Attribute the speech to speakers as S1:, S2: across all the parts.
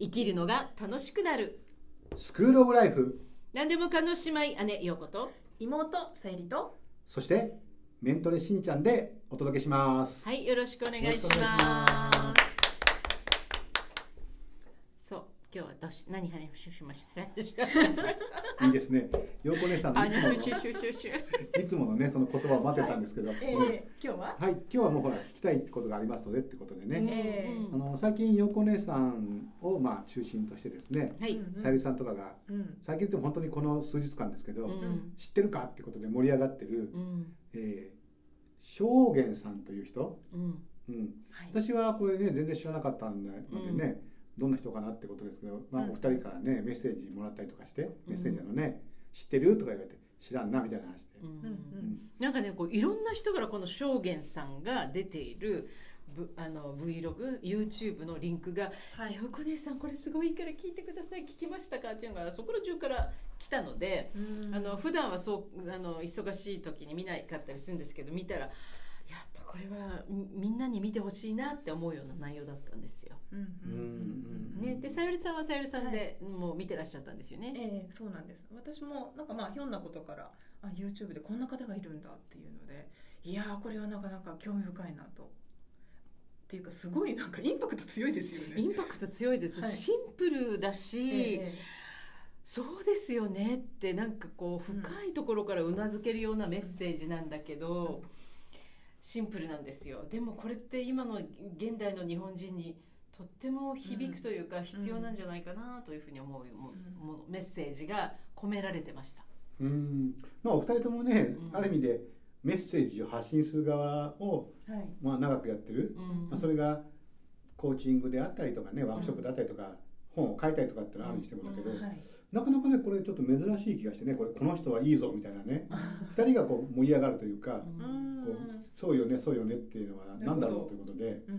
S1: 生きるのが楽しくなる
S2: スクールオブライフ
S1: 何でも可能姉妹姉陽子と
S3: 妹さゆりと
S2: そしてメントレしんちゃんでお届けします、
S1: はいよろしくお願いし
S2: よろしくお願いし
S1: ま
S2: ます
S1: そう今日はどうし何話しました
S2: い、いですね陽子姉さんの
S1: あ
S2: い
S1: の
S2: つも
S1: シュシュシュシュシュ
S2: のいつものねその言葉を待ってたんですけど、
S3: え
S2: ご
S3: ー
S2: めん
S3: 今日は
S2: はい今日はもうほら聞きたいってことがありますのでってことでね、
S3: えー
S1: う
S2: あ
S1: ん
S2: の最近陽子姉さんをまあ中心としてですね
S1: はい
S3: うん
S2: さゆりさんとかが
S3: うん
S2: 最近って本当にこの数日間ですけど、
S1: うん
S2: 知ってるかってことで盛り上がってる、
S1: うん
S2: えー、証言さんという人、
S1: うん
S2: うん、
S3: はい
S2: 私はこれね全然知らなかったんでね、どんな人かなってことですけど、まあ、
S3: うん
S2: お二人からねメッセージもらったりとかしてメッセンジャーのね「知ってる?」とか言われて「知らんな」みたいな話で
S1: う
S3: うんうんん
S1: なんかねこういろんな人からこの証言さんが出ているブあの VlogYouTube のリンクが「
S3: はい
S1: えおこねさんこれすごいから聞いてください聞きましたか?」っていうのがそこら中から来たので、
S3: うん
S1: あの普段はそうあの忙しい時に見ないかったりするんですけど見たらやっぱこれはみみんなに見てほしいなって思うような内容だったんですよ。
S3: うんうんうんうん
S1: ね、でさゆりさんはさゆりさんで、もう見てらっしゃったんですよね。
S3: えーそうなんです私もなんかまあひょんなことからあ YouTube でこんな方がいるんだっていうのでいやーこれはなかなか興味深いなとっていうかすごいなんかインパクト強いですよ
S1: イ
S3: ね
S1: ンパクト強いです、
S3: はい
S1: シンプルだし、
S3: え
S1: そうですよねってなんかこう
S3: うん
S1: 深いところからうなずけるようなメッセージなんだけど、シンプルなんですよでもこれって今の現代の日本人にとっても響くというか必要なんじゃないかなというふうに思うも
S3: うん
S1: もメッセージが込められてました。
S2: うんまあお二人ともね、
S1: うん
S2: ある意味でメッセージを発信する側を、
S3: えはい
S2: まあ、長くやってる、
S1: うん
S2: まあ、それがコーチングであったりとかねワークショップであったりとか、本を書いたりとかってのはあるにしてもだけど、
S1: うん
S3: はい
S2: なかなかねこれちょっと珍しい気がしてねこれこの人はいいぞみたいなね二人がこう盛り上がるというか。
S1: うん
S3: うん
S2: こうそうよねそうよねっていうのは何だろうということで
S3: うんう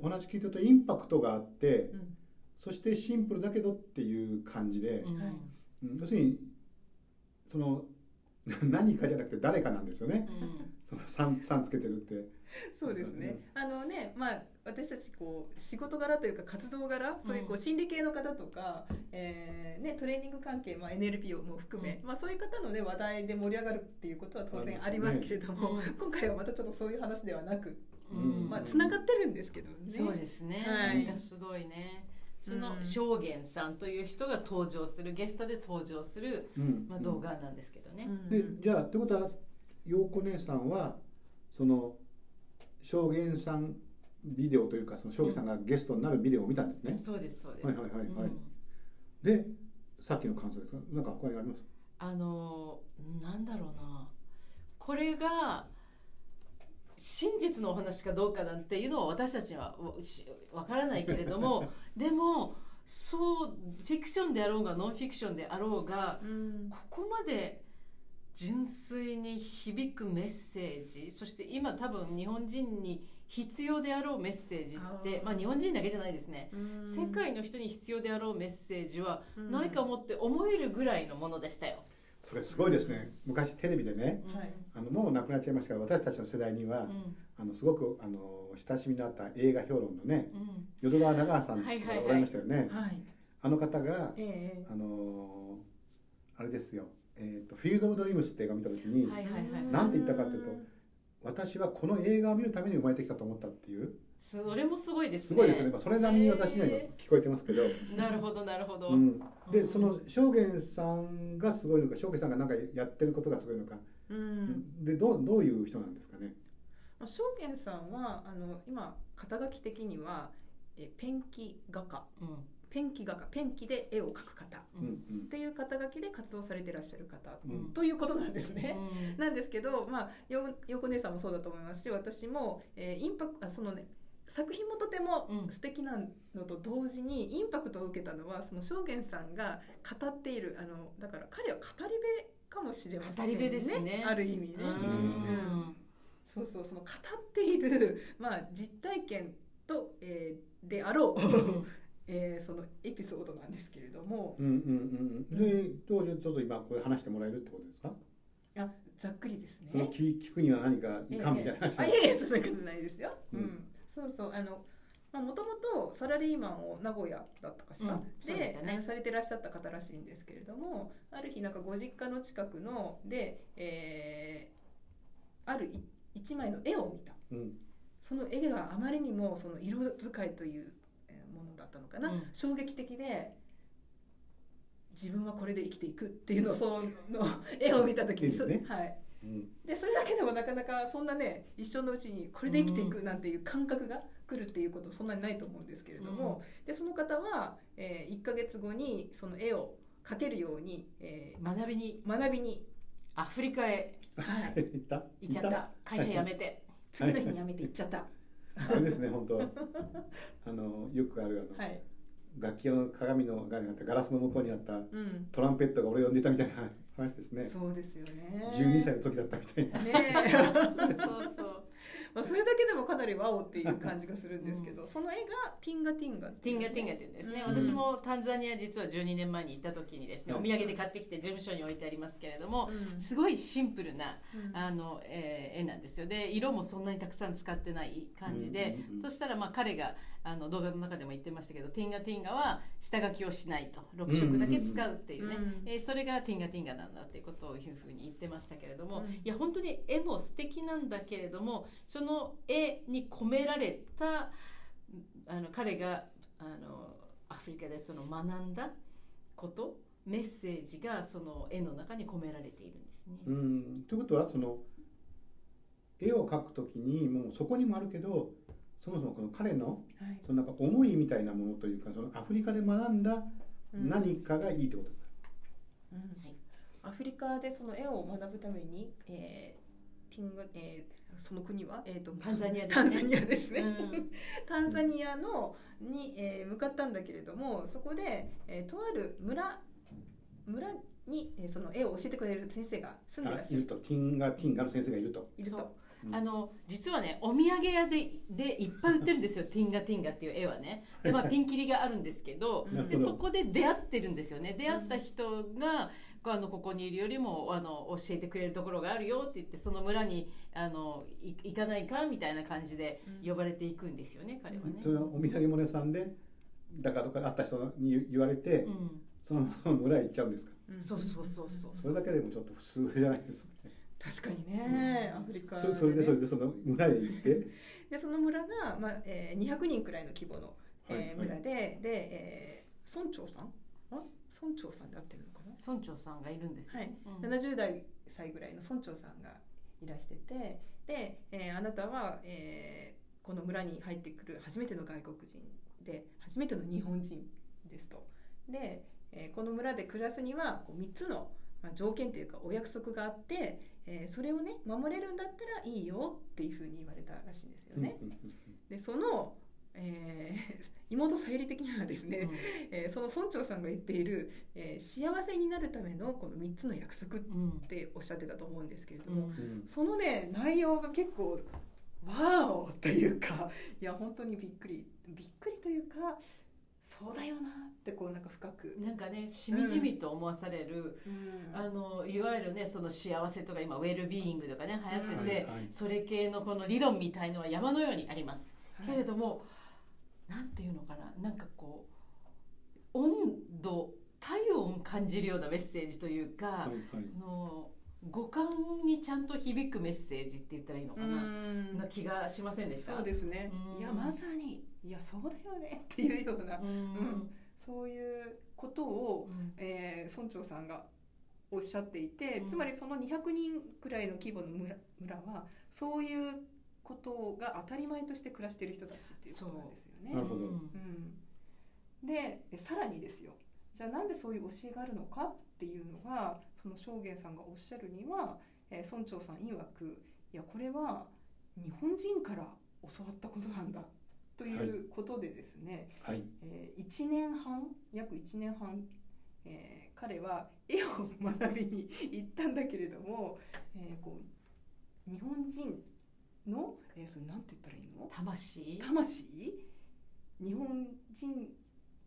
S3: ん
S2: お話聞いてるとインパクトがあって
S3: うんうん
S2: そしてシンプルだけどっていう感じで
S1: う、ん
S3: はい
S2: うん要するにその 何かじゃなくて誰かなんですよね
S1: うん
S2: そのさんさんつけてるって。
S3: そうですね。あのね、まあ私たちこう仕事柄というか活動柄、そういうこう心理系の方とか、えーねトレーニング関係、まあ NLP をも含め、まあそういう方のね話題で盛り上がるっていうことは当然ありますけれども、今回はまたちょっとそういう話ではなく、
S1: うん
S3: まあ繋がってるんですけどね。
S1: そうですね、
S3: はい
S1: なんかすごいねその
S3: うん
S1: 証言さんという人が登場するゲストで登場する、
S2: うん
S1: まあ、動画なんですけどね。
S3: うん
S2: でじゃあってことは陽子姉さんはその証言さんビデオというかその証言さんがゲストになるビデオを見たんですね。
S1: そうですそうです。
S2: はいはいはいはい
S1: うん
S2: でさっきの感想ですかなんか他にあります
S1: あのなんだろうな、これが真実のお話かどうかなんていうのは私たちはわしわからないけれども、 でもそうフィクションであろうがノンフィクションであろうが、
S3: うん
S1: ここまで純粋に響くメッセージそして今多分日本人に必要であろうメッセージって
S3: あー
S1: まあ、日本人だけじゃないですね、世界の人に必要であろうメッセージはないか。もって思えるぐらいのものでしたよ。
S2: それすごいですね昔テレビでね
S1: うん
S3: はい
S2: あのもう亡くなっちゃいましたが私たちの世代には、
S1: うん
S2: あのすごくあの親しみのあった映画評論のね
S1: うん
S2: 淀川長治さんが
S1: はいはいはい
S2: おられましたよね、
S3: うんはい。
S2: あの方が
S3: え
S2: あのあれですよ、えーと「フィールド・オブ・ドリームス」って映画見た時に、
S1: は
S3: え
S1: いはいはい
S2: なんて言ったかっていうと私はこの映画を見るために生まれてきたと思ったっていう
S1: それもすごいですね。
S2: すごいですよね、まあ、それなりに私には今
S1: へ
S2: 聞こえてますけど、
S1: ーなるほどなるほど。
S2: うん、
S1: う
S2: で
S1: ん
S2: その証言さんがすごいのか証言さんがなんかやってることがすごいのか、
S3: うん。
S2: でどうどういう人なんですかね
S3: まあ、証言さんはあの今肩書き的にはえペンキ画家
S1: うん
S3: ペンキ画家ペンキで絵を描く方っ
S2: うんうん
S3: ていう肩書きで活動されてらっしゃる方
S2: うん
S1: うん
S3: ということなんです
S1: う
S3: ね。
S1: ん
S3: なんですけど、まあ、よよこ姉さんもそうだと思いますし私も、えーインパクあそのね作品もとても
S1: うん
S3: 素敵なのと同時にインパクトを受けたのはその証言さんが語っているあのだから彼は語り部かもしれませんね
S1: 語り部ですね
S3: ある意味ね。
S1: うん
S3: そうそうその語っている、まあ、実体験と、えーであろう、えーそのエピソードなんですけれども
S2: うんうんうんうん、で当時ちょっと今これ話してもらえるってことですか、
S3: あざっくりですね。
S2: その聞聞くには何かいかんみたいな
S3: ええあ
S2: 話で
S3: いえいえそんなことないですよ。
S2: う
S3: うんん、そうそうあのまあ、もともとサラリーマンを名古屋だったかしら、
S1: うん
S3: で
S1: そうでしたね
S3: あのされてらっしゃった方らしいんですけれどもある日なんかご実家の近くので、えーあるい一枚の絵を見た
S2: うん
S3: その絵があまりにもその色使いというえーものだったのかな、
S1: うん
S3: 衝撃的で自分はこれで生きていくっていうのをその絵を見た時に
S2: いいね
S3: はい、
S2: うん
S3: でそれだけでもなかなかそんなね一生のうちにこれで生きていくなんていう感覚が来るっていうことそんなにないと思うんですけれども、でその方は、え1ヶ月後にその絵を描けるように、え
S1: 学びに
S3: ー学びに、
S1: アフリカへ
S3: はい、
S2: いた
S1: 行っちゃった会社辞めて
S3: 次の日に辞めて行っちゃった。は
S2: あれですね本当はあのよくあるあの、
S3: い、
S2: 楽器屋の鏡のがなかったガラスの向こうにあった
S3: うん、
S2: トランペットが俺を呼んでいたみたいな話ですね
S3: そうですよね。
S2: 12歳の時だったみたいな
S3: ねえ
S1: そうそうそう
S3: まあ、それだけでもかなりワオっていう感じがするんですけど、その絵がティンガティンガ
S1: ティンガティンガって言うんですね、
S3: うん
S1: 私もタンザニア実は12年前に行った時にですね、
S2: うん
S1: お土産で買ってきて事務所に置いてありますけれども
S3: う、ん
S1: すごいシンプルな
S3: うん
S1: あの、えー絵なんですよで色もそんなにたくさん使ってない感じで、
S2: うんうんうん
S1: そしたらまあ彼があの動画の中でも言ってましたけど「ティンガティンガ」は下書きをしないと6色だけ使うっていうね、
S3: うんうんうん
S1: えーそれが「ティンガティンガ」なんだっていうことをいうふうに言ってましたけれども、
S3: うん
S1: いや本当に絵も素敵なんだけれどもその絵に込められたあの彼があのアフリカでその学んだことメッセージがその絵の中に込められているんですね。
S2: うんということはその絵を描く時にもうそこにもあるけどそもそもこの彼の
S3: はい
S2: そのなんか思いみたいなものというかそのアフリカで学んだ
S3: うん
S2: 何かがいいってことですか、
S3: うんアフリカでその絵を学ぶために、えーティンガえーその国は、えー、と
S1: タンザニアですね
S3: タンザニアですね、
S1: うん
S3: タンザニアのに、えー向かったんだけれどもそこで、えーとある村村に、えーその絵を教えてくれる先生が住んでら
S2: あ
S3: っし
S2: い
S3: ゃ
S2: る
S3: る
S2: とティンガティンガの先生がいると
S3: いる
S1: そう
S3: と。
S2: うん
S1: あの実はねお土産屋ででいっぱい売ってるんですよ「ティンガティンガ」っていう絵はねで、 まあ、ピンキリがあるんですけど
S3: なるほ
S1: で
S3: ど
S1: そこで出会ってるんですよね出会った人がこうあのここにいるよりもあの教えてくれるところがあるよって言ってその村にあのい行かないかみたいな感じで呼ばれていくんですよね彼はね。
S2: そのお土産物屋さんでだかとか会った人に言われて、
S1: うん、
S2: その まま村へ行っちゃうんですか
S3: うん
S1: そうそうそうそう
S2: それだけでもちょっと普通じゃないですか、ね、
S3: 確かにね、アフリカ
S2: そそれで
S3: ね
S2: それでその村へ行って
S3: でその村が、まあえー、200人くらいの規模の、えー
S2: はい
S3: 村で、で、えー村長さんあ村長さんで合ってるのかな、
S1: 村長さんがいるんですよ、
S3: はい
S1: うん
S3: 70代歳ぐらいの村長さんがいらしててで、えーあなたは、えーこの村に入ってくる初めての外国人で初めての日本人ですと。で、えーこの村で暮らすにはこう3つの、まあ、条件というかお約束があって、えーそれをね守れるんだったらいいよっていうふうに言われたらしいんですよね。
S2: うんうん
S3: でその、えー 妹さゆり的にはですね、
S1: うん
S3: えーその村長さんが言っている、えー幸せになるためのこの3つの約束っ
S1: うん
S3: ておっしゃってたと思うんですけれど
S1: う
S3: も、
S1: ん
S2: うんうん
S3: そのね内容が結構ワーオというかいや本当にびっくりびっくりというかそうだよなってこうなんか深く、
S1: なんかねしみじみと思わされる、あのいわゆるねその幸せとか今ウェルビーイングとかね流行ってて、
S2: はいはい
S1: それ系のこの理論みたいのは山のようにあります、けれ
S3: ど
S1: どもなんていうのかななんかこう温度体温を感じるようなメッセージというか、
S2: はいはい
S1: あの五感にちゃんと響くメッセージって言ったらいいのかな、な気がしませんでした
S3: そうですね
S1: うん
S3: いやまさにいやそうだよねっていうような
S1: うん
S3: そういうことを
S1: うん
S3: えー村長さんがおっしゃっていて、
S1: うん
S3: つまりその200人くらいの規模の村村はそういうことが当たり前として暮らしている人たちっていうことなんですよ
S2: な
S3: ね
S2: る。ほど
S1: うん
S3: うん、でえさらにですよじゃあなんでそういう教えがあるのかっていうのがその正元さんがおっしゃるには、えー村長さん曰くいやこれは日本人から教わったことなんだということでですね、
S2: はい
S3: えー、1年半約1年半、えー彼は絵を学びに行ったんだけれども、えーこう日本人の、えーそれなんて言ったらいいの
S1: 魂
S3: 魂日本人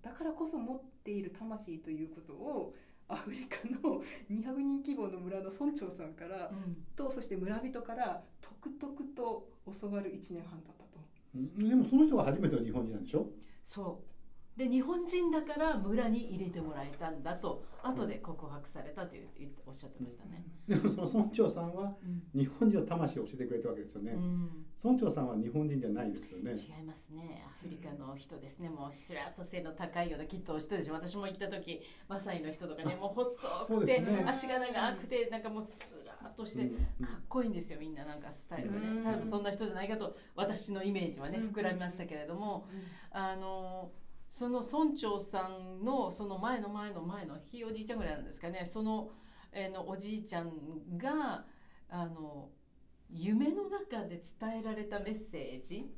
S3: だからこそ持っている魂ということをアフリカの200人規模の村の村長さんから
S1: うん
S3: とそして村人からとくとくと教わる1年半だったと。
S2: うでもその人が初めての日本人なんでしょ
S1: そうで日本人だから村に入れてもらえたんだと後で告白されたという言っておっしゃってましたね。
S2: でもその村長さんは
S1: うん
S2: 日本人の魂を教えてくれたわけですよね、
S1: うん
S2: 村長さんは日本人じゃないですよね
S1: 違いますねアフリカの人ですね、もうしらっと背の高いようなキットをしてるし私も行った時マサイの人とかねもう細
S2: そ
S1: く
S2: う
S1: て、
S2: ですね
S1: 足が長くてなんかもうスラっとして、
S2: うんうん
S1: かっこいいんですよみんななんかスタイルがね
S3: うん
S1: 多分そんな人じゃないかと私のイメージはね
S3: うん
S1: 膨らみましたけれども、あのその村長さんのその前の前の前のひいおじいちゃんぐらいなんですかねその,、えーのおじいちゃんがあの夢の中で伝えられたメッセージ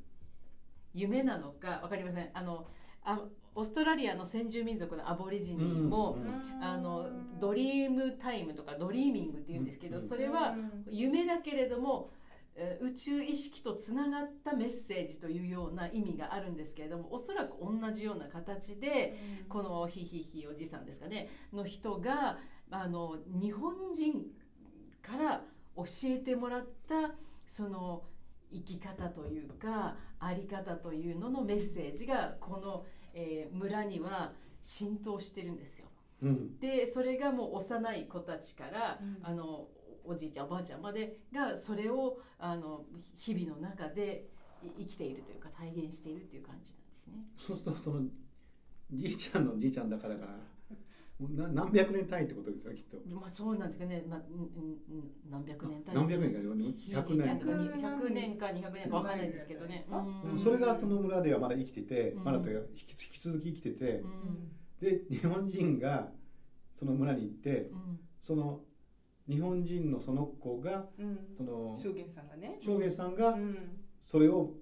S1: 夢なのかわかりませんあのあオーストラリアの先住民族のアボリジニも、
S2: うん
S1: あのドリームタイムとかドリーミングって言うんですけど、
S2: うん
S1: それは
S3: うん
S1: 夢だけれども、えー宇宙意識とつながったメッセージというような意味があるんですけれどもおそらく同じような形でこのヒヒヒおじさんですかねの人があの日本人から教えてもらったその生き方というかあり方というののメッセージがこの、えー村には浸透してるんですよ。
S2: うん
S1: でそれがもう幼い子たちから、
S3: うん
S1: あのおじいちゃんおばあちゃんまでがそれをあの日々の中でい生きているというか体現しているという感じなんですね。
S2: そうするとそのじいちゃんのじいちゃんだからだからもうな何百年単位ってことですよきっと
S1: でまあそうなんですかね、まあ、んんん何百年単位
S2: 何百年か
S1: ひいじ
S2: 100
S1: いちゃん
S2: 年
S1: とかに
S3: 100
S1: 100年か200年かわかんないですけどね。
S3: うん
S1: うん
S2: それがその村ではまだ生きてて、
S1: うん
S2: まだというか引き引き続き生きてて
S1: う、ん
S2: で日本人がその村に行って
S1: うん
S2: その日本人のその子が
S3: うん
S2: その
S3: 証言さんがね、
S2: 証言さん
S3: う
S2: が
S3: ん、
S2: それを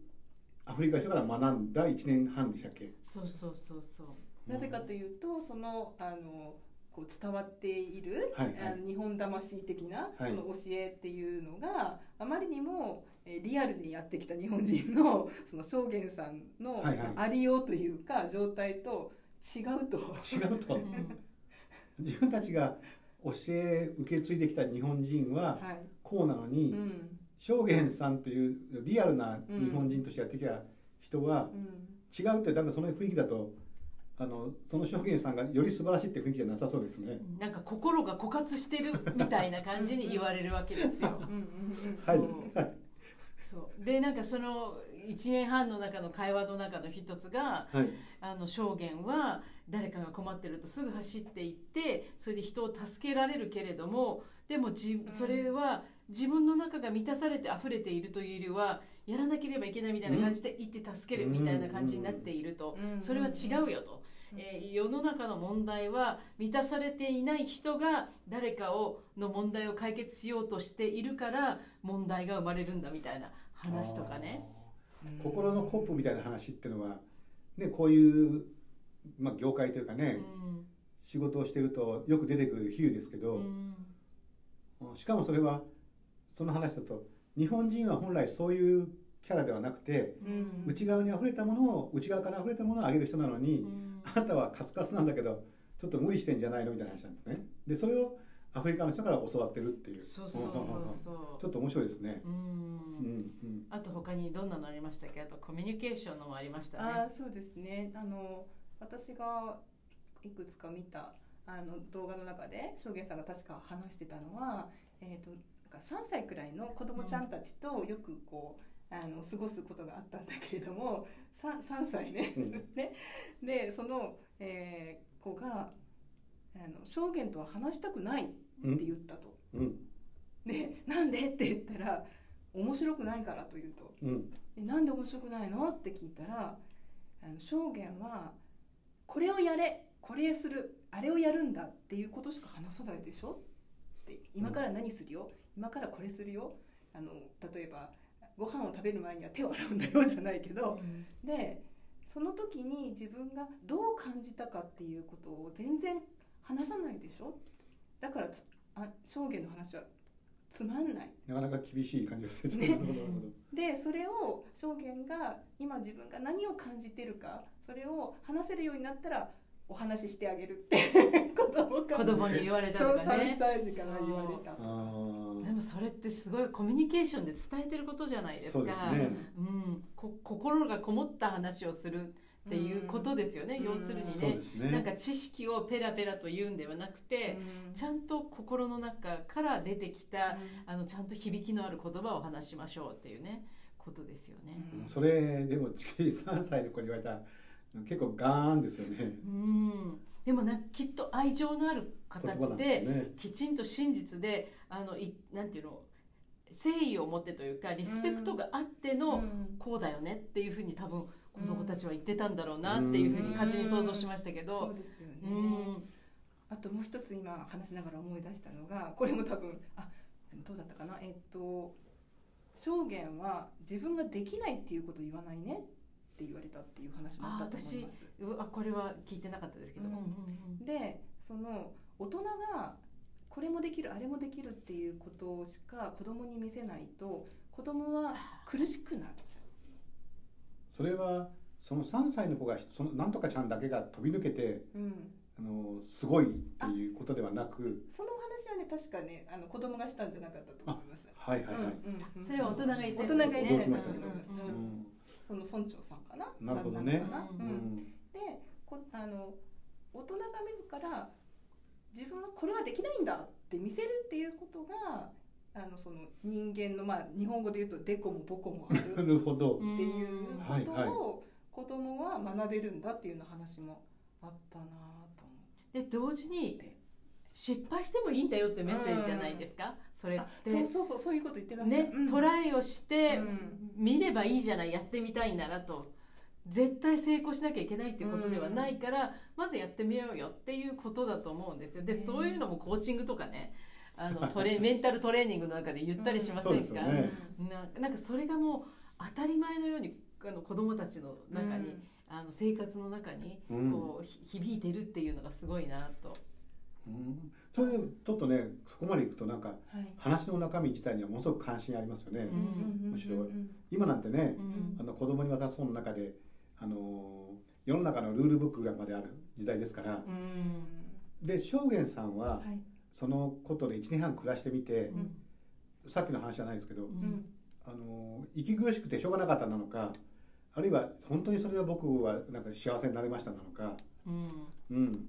S2: アフリカの人から学んだ1年半でしたっけ
S1: そうそうそうそう。
S3: なぜかというとそのあのこう伝わっている、
S2: はいはい
S3: あの日本魂的な、
S2: はい
S3: その教えっていうのがあまりにもえーリアルにやってきた日本人のその証言さんの
S2: はいはい
S3: ありようというか状態と違うと。
S2: 違うと
S1: うん
S2: 自分たちが教え受け継いできた日本人は
S3: はい
S2: こうなのに、
S3: うん
S2: 証言さんというリアルな日本人としてやってきた人は
S3: うん
S2: 違うってなんかその雰囲気だとあのその証言さんがより素晴らしいって雰囲気じゃなさそうですね。
S1: なんか心が枯渇してるみたいな感じに言われるわけですよ。
S3: うんうん
S2: はい
S1: そうそうでなんかその1年半の中の会話の中の一つが
S2: はい、
S1: あの証言は誰かが困ってるとすぐ走っていってそれで人を助けられるけれどもでもじ
S3: うん
S1: それは自分の中が満たされて溢れているというよりはやらなければいけないみたいな感じで行って助けるみたいな感じになっていると
S3: うん
S1: それは違うよと、
S3: うん
S1: えー世の中の問題は満たされていない人が誰かをの問題を解決しようとしているから問題が生まれるんだみたいな話とかね。
S3: うん
S2: 心のコップみたいな話っていうのは、ね、こういう、まあ、業界というかね、仕事をしてるとよく出てくる比喩ですけ
S1: う
S2: ど、
S1: ん
S2: しかもそれはその話だと日本人は本来そういうキャラではなくて
S1: うん
S2: 内側に溢れたものを内側から溢れたものをあげる人なのに、
S1: うん
S2: あなたはカツカツなんだけどちょっと無理してんじゃないのみたいな話なんですねでそれをアフリカの人から教わってるっていう
S1: そうそうそうそ
S2: ちょっと面白いですね
S1: う。う
S2: うん
S1: ん
S2: うん
S1: あと他にどんなのありましたっけあとコミュニケーションのもありました
S3: あ
S1: ね
S3: ー。そうですねあの私がいくつか見たあの動画の中で証言さんが確か話してたのは、えー、となんか3歳くらいの子供ちゃんたちとよくこう、あの過ごすことがあったんだけれども 3, 3歳ね
S2: うん
S3: ねでその、えー子があの「証言とは話したくない」って
S2: うん
S3: 言ったと。
S2: うん
S3: で「なんで?」って言ったら「面白くないから」と言うと。
S2: うん
S3: でなんで面白くないのって聞いたらあの証言はこれをやれこれするあれをやるんだっていうことしか話さないでしょって今から何するよ、今からこれするよあの例えばご飯を食べる前には手を洗うんだよじゃないけど
S1: うん
S3: でその時に自分がどう感じたかっていうことを全然話さないでしょだからつあ証言の話はつまんない
S2: なかなか厳しい感じですね。
S3: ね
S2: なるほどなるほど
S3: でそれを証言が今自分が何を感じてるかそれを話せるようになったらお話ししてあ げるって子供から
S1: 子供に言われた
S3: そう
S1: とか
S3: 3
S1: ね。
S3: 歳児から言われた
S2: あー
S1: でもそれってすごいコミュニケーションで伝えてることじゃないですか。
S2: そうですね
S1: うん、こ心がこもった話をするっていうことですよね、
S3: うん
S1: 要する
S3: うん
S1: に
S2: そう
S1: ね
S2: ですね
S1: なんか知識をペラペラと言うんではなくて、ちゃんと心の中から出てきた、あのちゃんと響きのある言葉を話しましょうっていうねことですよね。
S2: うんそれでも3歳の子に言われたら結構ガーンですよね
S1: うん、でもなきっと愛情のある
S2: 言葉な
S1: 形
S2: んです
S1: で
S2: よね
S1: きちんと真実であのいなんていうの誠意を持ってというかリスペクトがあっての、こうだよねっていうふうに多分この子たちは言ってたんだろうなっていうふうに勝手に想像しましたけ
S3: そ
S1: ど
S3: う。ですよね、
S1: うん
S3: あともう一つ今話しながら思い出したのがこれも多分あどうだったかなえっと証言は自分ができないっていうことを言わないねって言われたっていう話もあったと思います。
S1: うあこれは聞いてなかったですけど、
S3: うん
S1: うんうん
S3: でその大人がこれもできるあれもできるっていうことしか子供に見せないと子供は苦しくなっちゃ
S2: それはその3歳の子がそのなんとかちゃんだけが飛び抜けて
S3: う、うん、
S2: あのすごいっていうことではなく
S3: そのお話はね確かねあの子供がしたんじゃなかったと思います。
S2: はいはいはい、
S3: うんうん
S1: それは大人が言って
S3: 大人が言って
S2: 驚きました
S1: ね
S3: うん
S1: う
S2: うん
S3: その村長さんかな。
S2: なるほどね
S3: んかな
S1: う
S2: う
S3: うん
S2: ん
S3: でこあの大人が自ら自分はこれはできないんだって見せるっていうことがあのその人間の、まあ、日本語で言うとデコもボコもある
S2: なるほど、
S1: うん
S3: っていう
S2: はい
S3: ことを子供は学べるんだっていうような話もあったなぁと思
S1: で同時に失敗してもいいんだよってメッセージじゃないですか、それっ
S3: って
S1: て
S3: でそうそうそうそういうこと言ってました
S1: ね、ト
S3: イ
S1: ライをして
S3: うん
S1: 見ればいいじゃないやってみたいならと絶対成功しなきゃいけないっていうことではないから、まずやってみようよっていうことだと思うんですよで
S3: ね
S1: そういうのもコーチングとかねあのト レメンタルトレーニングの中で言ったりしませ
S2: うん
S1: ん
S2: そ
S1: か、
S2: うですよね
S1: ななんかそれがもう当たり前のようにあの子どもたちの中に、あの生活の中に
S2: うん
S1: こう、ひ響いてるっていうのがすごいなと。
S2: うんそれでちょっとねそこまでいくとなんか
S3: はい
S2: 話の中身自体にはものすごく関心ありますよね、
S1: ん
S2: むしろ
S3: うん
S2: 今なんてね
S1: う
S2: あの子供に渡す本の中であのー世の中のルールブックがまである時代ですから、
S1: う
S3: うんん
S2: で証言さんは
S3: はい
S2: そのことで1年半暮らしてみて、
S1: うん
S2: さっきの話じゃないですけど、
S1: うん
S2: あの息苦しくてしょうがなかったなのかあるいは本当にそれが僕はなんか幸せになれましたなのか
S1: うん
S2: うん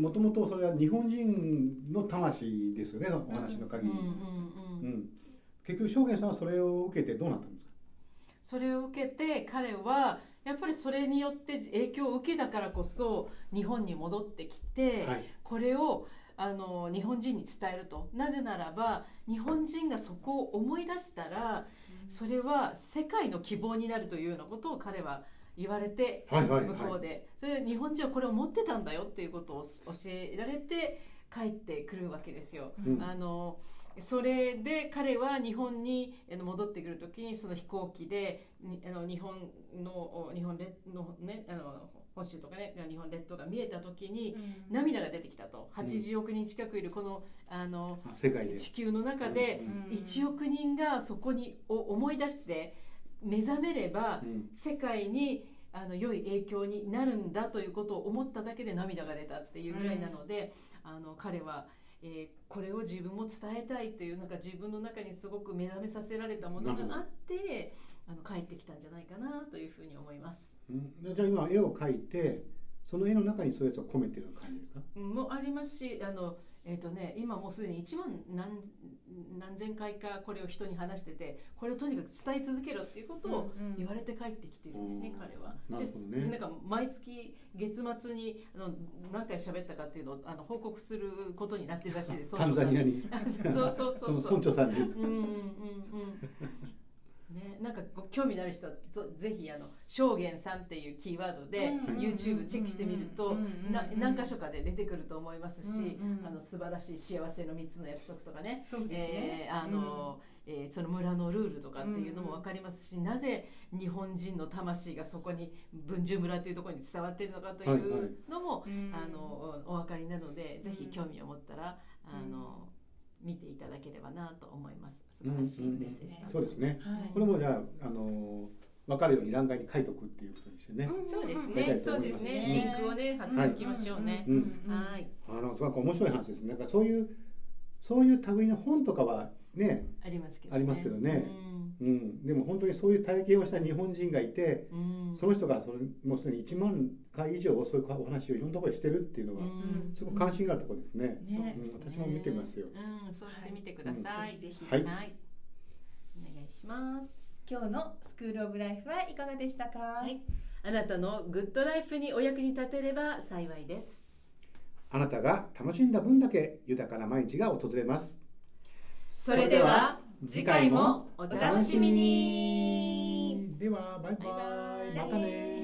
S2: もともとそれは日本人の魂ですよねお話の
S1: うん
S2: 限
S1: う
S2: り、
S1: んうん
S2: うん結局証言さんはそれを受けてどうなったんですか
S1: それを受けて彼はやっぱりそれによって影響を受けたからこそ日本に戻ってきて、
S2: はい
S1: これをあの日本人に伝えるとなぜならば日本人がそこを思い出したらそれは世界の希望になるというようなことを彼は言われて
S2: はいはい
S1: 向こうで、それで日本人はこれを持ってたんだよっていうことを教えられて帰ってくるわけですよ。
S2: うん
S1: あのそれで彼は日本にあの戻ってくる時にその飛行機でにあの日本のお日本列のねあの本州とかね日本列島が見えた時に涙が出てきたと
S2: うん
S1: 80億人近くいるこのあの
S2: あ世界で
S1: 地球の中で1億人がそこにを思い出して目覚めれば
S2: うんうん
S1: 世界にあの良い影響になるんだということを思っただけで涙が出たっていうぐらいなので、あの彼は、えーこれを自分も伝えたいというなんか自分の中にすごく目覚めさせられたものがあってあの帰ってきたんじゃないかなというふうに思います。
S2: うんじゃあ今絵を描いてその絵の中にそういうやつを込めてる感じですか
S1: うんもありますしあの、えーとね、今もうすでに1万何何千回かこれを人に話しててこれをとにかく伝え続けろっていうことを言われて帰ってきてるんですね、
S2: うん
S1: 彼は。
S2: なるほどね
S1: でなんか毎月月末にあの何回喋ったかっていうのをあの報告することになってるらしい です。
S2: タンザニアに
S1: そうそう
S2: そ
S1: そ
S2: の
S1: うそう。
S2: 村長さんに
S1: うんうんうんうん。ね、なんかご興味のある人ぞぜひあの証言さんっていうキーワードで、
S2: うん
S1: YouTube チェックしてみると、な何箇所かで出てくると思いますし、
S3: うんうん
S1: あの素晴らしい幸せの三つの約束とかね。
S3: そうですね
S1: えーあのえーその村のルールとかっていうのも分かりますし、なぜ日本人の魂がそこに文殊村というところに伝わっているのかとい
S2: はいはいう
S1: のも、
S3: うん
S1: あのおお分かりなので、ぜひ興味を持ったらあの見ていただければなと思います。素晴らしいですね。
S2: そうですね
S3: はい
S2: これもじゃあ、あの分かるように欄外に書いとくっていうことにしてね、
S1: そうです
S2: 書いてあ
S1: ね
S2: る。と
S1: そう
S2: 思い
S1: で
S2: ますす
S1: ね。リンクをね貼っておきましょうね。
S2: うん
S1: はい。
S2: あのなんか面白い話ですねなんかそういうそういう類の本とかはね
S1: ありますけど、
S2: ありますけどねうん、でも本当にそういう体験をした日本人がいて
S1: うん、うん
S2: その人がそのもうすでに1万回以上そういうお話をいろんなところでしてるっていうの
S1: う
S2: が
S1: ん
S2: すごく関心があるところですね。
S3: ね
S2: うん私も見てみますよ。
S1: うん、そうしてみてください。
S3: ぜひぜひ
S2: はい
S1: お願いします。
S3: 今日のスクールオブライフはいかがでしたか、
S1: はい、あなたのグッドライフにお役に立てれば幸いです。
S2: あなたが楽しんだ分だけ豊かな毎日が訪れます。
S1: それでは次回もお楽しみに。
S2: ではバイ
S1: バイ
S2: バイ
S1: バイ
S2: またね